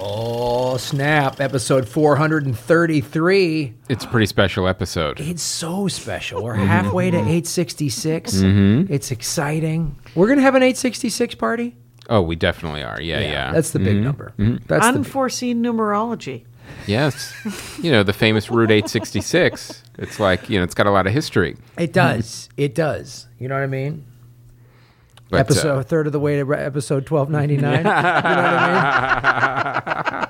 Oh, Snap, episode 433. It's a pretty special episode. It's so special. Mm-hmm. We're halfway to 866. Mm-hmm. It's exciting. We're going to have an 866 party. Oh, we definitely are. Yeah, Mm-hmm. yeah. That's the big number. That's the big- Unforeseen numerology. yes. you know, the famous Route 866. It's like, you know, it's got a lot of history. It does. It does. You know what I mean? But, uh, episode a third of the way to re- episode 1299. you know what I mean?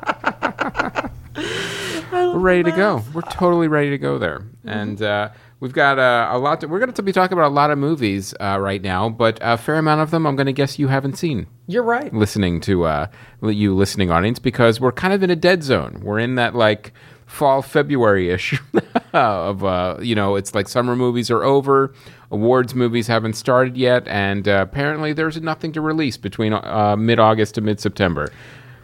we're ready to go. We're totally ready to go there. And uh, we've got uh, a lot. To, we're going to be talking about a lot of movies uh, right now, but a fair amount of them I'm going to guess you haven't seen. You're right. Listening to uh, li- you, listening audience, because we're kind of in a dead zone. We're in that like fall February ish of uh, you know, it's like summer movies are over, awards movies haven't started yet, and uh, apparently there's nothing to release between uh, mid August to mid September.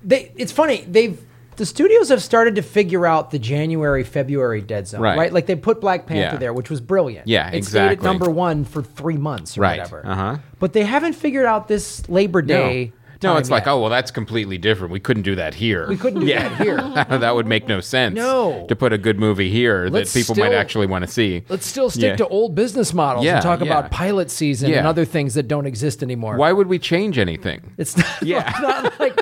they it's funny they've the studios have started to figure out the January February dead zone right, Right. like they put Black Panther Yeah. there which was brilliant Yeah, it stayed at exactly. number one for three months or Right, whatever uh-huh. but they haven't figured out this Labor Day No, time it's like, yet. oh well, that's completely different. We couldn't do that here. we couldn't do that here that would make no sense. No. To put a good movie here Let's that people might still- actually want to see. let's still stick Yeah. to old business models Yeah, and talk yeah. about pilot season and Yeah. other things that don't exist anymore Why would we change anything? it's not, Yeah. it's not like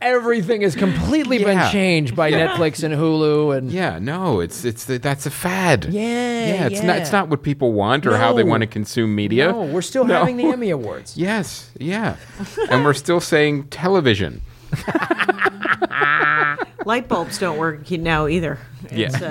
everything has completely Yeah. been changed by Netflix and Hulu and Yeah, no, it's it's that's a fad. Yeah, Yeah, it's not it's yeah. not what people want or how they No. want to consume media. no we're still No. having the Emmy awards Yes, yeah. and we're still saying television. Light bulbs don't work he- now either. Yeah. It's,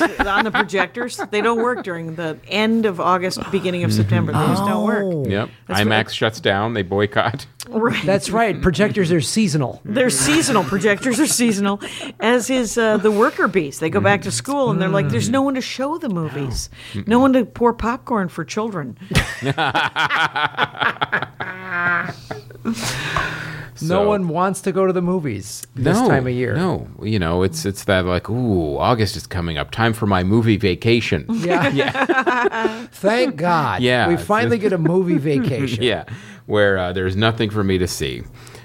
uh, it's on the projectors, they don't work during the end of August, beginning of September. They just don't work. Yep. That's what- IMAX shuts down, they boycott. Right. Oh. that's right projectors are seasonal They're seasonal. Projectors are seasonal, as is uh, the worker bees. They go back to Mm-hmm. school and they're like, there's no one to show the movies, no one to pour popcorn for children. No So- one wants to go to the movies this time of year. No, you know, it's it's that like, ooh, August is coming up. Time for my movie vacation. Yeah. Thank God. Yeah, We it's- finally get a movie vacation. yeah, where uh, there's nothing for me to see.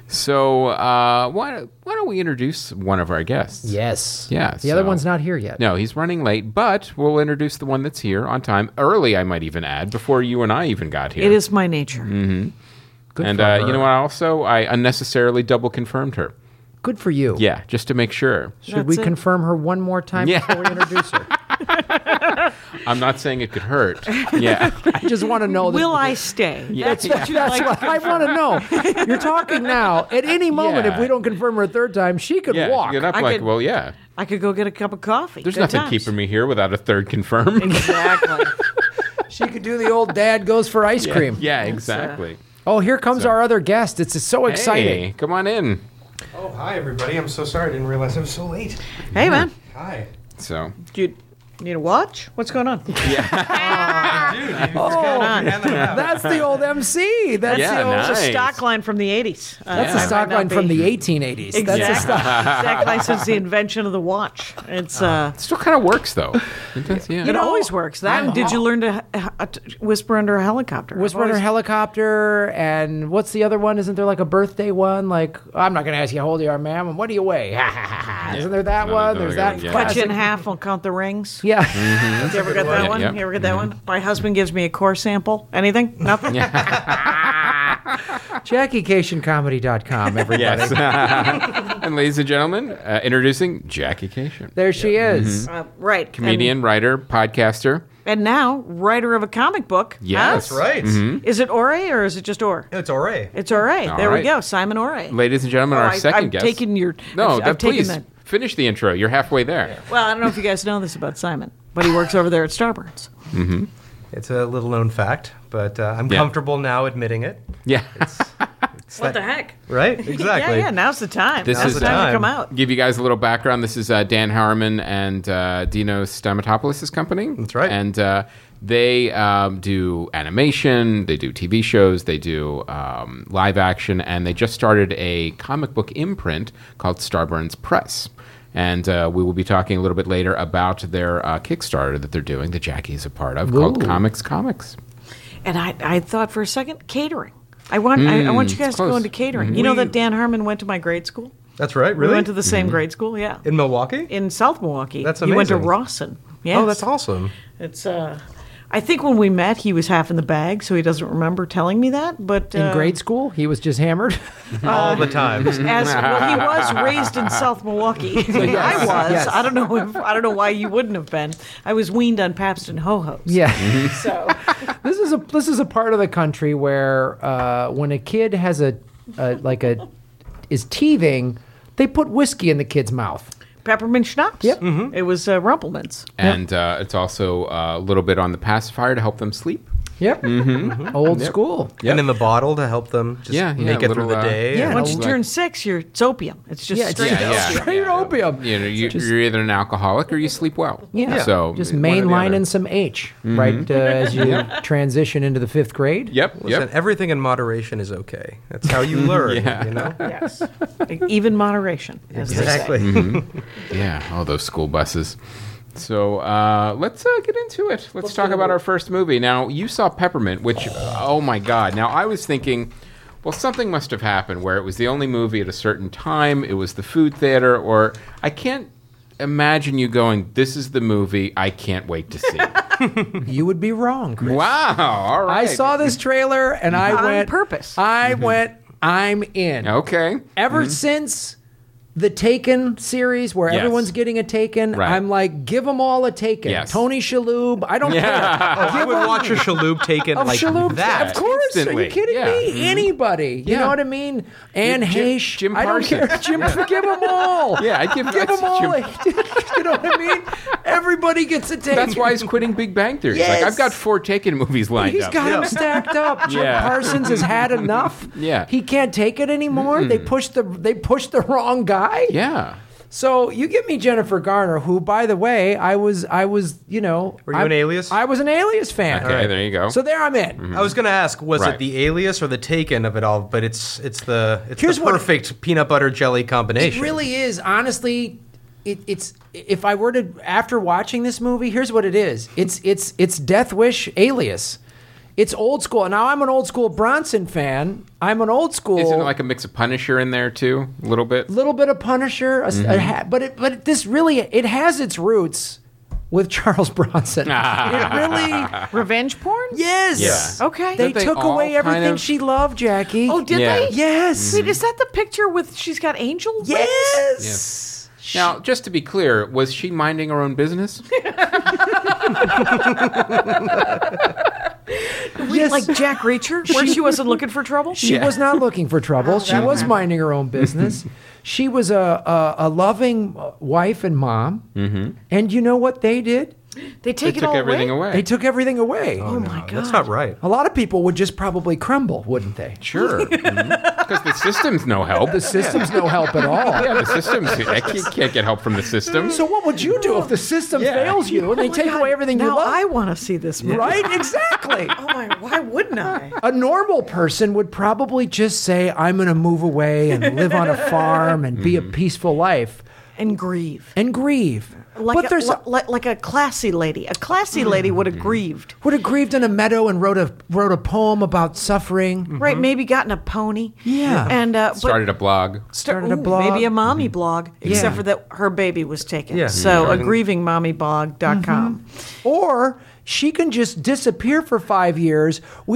So uh, why why don't we introduce one of our guests? Yes. Yeah, The other so- one's not here yet. No, he's running late, but we'll introduce the one that's here on time early. I might even add before you and I even got here. It is my nature. Mm-hmm. Good and for uh, her. you know what? Also, I unnecessarily double confirmed her. Good for you. Yeah, just to make sure. Should we That's it. confirm her one more time Yeah. before we introduce her? I'm not saying it could hurt. Yeah, I just want to know. that- Will I stay? That's what you That's like. what I want to know. You're talking now. At any moment, Yeah. if we don't confirm her a third time, she could yeah. walk. Get up I like, could- well, yeah. I could go get a cup of coffee. There's Good nothing times. keeping me here without a third confirm. Exactly. she could do the old dad goes for ice cream. yeah, uh, exactly. Oh, here comes our other guest. It's, so exciting. Hey, come on in. Oh, hi, everybody. I'm so sorry. I didn't realize I was so late. Hey, man. Hi. So Do you need a watch? What's going on? Oh, Yeah, no, no. That's the old MC. That's Yeah, the old. nice. It's a stock line from the 80s. Uh, That's Yeah. a stock line from the 1880s. Exactly. That's a stock. exactly. Since the invention of the watch, it's uh, it still kind of works though. It does, yeah. it always works. That and did you learn to h- h- whisper under a helicopter? Whisper Under Helicopter, and what's the other one? Isn't there like a birthday one? Like, I'm not going to ask you how old you are, ma'am, and what do you weigh? Isn't there that No, one? no, There's no, that yeah. Cut you in classic. half. I'll count the rings. Yeah. you ever get that one. one? Yep. You ever get that Mm-hmm. one? My husband gives me a core sample. Anything? Nothing. JackieCationComedy.com, everybody. Yes. and ladies and gentlemen, uh, introducing Jackie Cation, There she is. Uh, right. comedian, writer, podcaster. And, and now writer of a comic book. Yes. Mm-hmm. That's right. Is it Ore or is it just Ore? It's all right. It's Ore. All there right. we go. Simon Ore. Ladies and gentlemen, Oh, our I- 2nd I've guest. taken your- no. I've- that, I've taken please that. finish the intro. You're halfway there. Well, I don't know if you guys know this about Simon, but he works over there at Starburns. It's a little known fact, but uh, I'm Yeah. comfortable now admitting it. Yeah. What the heck? Right? Exactly. Yeah, yeah. Now's the time. This now's is the time, time. to come out. Give you guys a little background. This is uh, Dan Howerman and uh, Dino Stamatopoulos' company. That's right. And uh, they um, do animation, they do TV shows, they do um, live action, and they just started a comic book imprint called Starburns Press. And uh, we will be talking a little bit later about their uh, Kickstarter that they're doing, that Jackie is a part of, called Comics Comics. And I, I thought for a second, catering. I want, I, I want you it's Hmm. guys to go close. into catering. You know that Dan Harmon went to my grade school. That's We right. Mm-hmm. Really? went to the same grade school, yeah. in Milwaukee. In South Milwaukee. That's You went to amazing. Rawson. Yes. Oh, that's awesome. It's uh I think when we met he was half in the bag, so he doesn't remember telling me that, but uh, Mm-hmm. In grade school, he was just hammered. All the times. as well, he was raised in South Milwaukee. I was. yes. I don't know. If, I don't know why you wouldn't have been. I was weaned on Pabst and Ho Hos. yeah. Mm-hmm. So this is a this is a part of the country where uh, when a kid has a, a like a is teething, they put whiskey in the kid's mouth. peppermint schnapps. Yep. It was uh, Rumplemans. And uh, it's also uh, a little bit on the pacifier to help them sleep. Yep. Mm-hmm. Old school. And in the bottle to help them just Yeah, yeah, make it little, through the uh, day. yeah. Once you like- turn six, you're it's opium. It's just Yeah, it's straight. just- up. Straight opium. You know, you, you're either an alcoholic or you sleep well. Yeah. So just one or the other. Mm-hmm. mainlining some H right uh, as you transition into the fifth grade. Yep. Listen, Yep. everything in moderation is okay. That's how you learn, you know? Yes. E-, Even moderation. As Exactly. Yeah, all those school buses. So uh, let's uh, get into it. Let's, talk about our first movie. Now, you saw Peppermint, which, oh my God. Now, I was thinking, well, something must have happened where it was the only movie at a certain time, it was the food theater, or I can't imagine you going, this is the movie I can't wait to see. You would be wrong. Chris. wow. All I right. saw this trailer and I On went purpose. I Mm-hmm. went. I'm in. Okay. Ever since the Taken series, where Mm-hmm. Yes. everyone's getting a Taken, Right. I'm like, give them all a Taken. Yes. Tony Shalhoub. I don't care. Oh, I would watch a Shaloub taken of like Oh, Shaloub. that. Of course. Are Instantly. you kidding Yeah. me? Mhm. Anybody. You Yeah. know what I mean? Anne Jim- Heche. Jim I don't care. Parsons. Jim, give them all. Yeah, I'd give, Give I'd them all. Jim- you know what I mean? Everybody gets a Taken. That's why he's quitting Big Bang Theory. He's Like, Yes. I've got four Taken movies lined He's up. got him stacked up. Jim Yeah. Parsons has had enough. Yeah. He can't take it anymore. They pushed the they pushed the wrong guy. yeah. So you give me Jennifer Garner, who, by the way, I was I was you know Were you I'm- an Alias? I was an Alias fan. Okay, there you go. So there I'm in. I was gonna ask, was Right. it the alias or the taken of it all? But it's it's the it's Here's the what- perfect peanut butter jelly combination. It really is. Honestly, it, it's if I were to after watching this movie, here's what it is. It's it's it's Death Wish Alias. It's old school. Now I'm an old school Bronson fan. I'm an old school. Isn't it like a mix of Punisher in there too, a little bit? little bit of Punisher, a, a Mm-hmm. ha- but it, but it, this really it has its roots with Charles Bronson. it really, Revenge porn? yes, Yeah. Okay. They, Don't they took all away kind everything of- she loved, Jackie. Oh, did Yeah. they? yes, Wait, is that the picture with she's got angel? wings? yes. Now, just to be clear, was she minding her own business? Yes. Like Jack Reacher, where she wasn't looking for trouble? She was not looking for Oh, trouble. She was minding her own business. she was a, a a loving wife and mom. Mm-hmm. And you know what they did? They They take it took all everything away. away. They took everything away. Oh my god. That's not right. A lot of people would just probably crumble, wouldn't they? sure. Because the system's no help. The system's no help at all. yeah, the system's. I can't, can't get help from the system. So what would you do if the system Yeah. fails you and they take away everything you Oh, Now love? I want to see this movie. right? Exactly. Oh my, why wouldn't I? A normal person would probably just say, "I'm going to move away and live on a farm and be a peaceful life And grieve. and grieve." Like but a, there's Mm-hmm. li- like, like a classy lady. A classy lady would have grieved. would have grieved in a meadow and wrote a wrote a poem about suffering. Right, maybe gotten a pony. Mm-hmm. Yeah. And uh but- Started a blog. start- Started a ooh, blog. Mm-hmm. Maybe a mommy blog, except Yeah. for that her baby was taken. Yeah. So a Starting- grieving Mm-hmm. mommyblog.com. Or she can just disappear for five years. We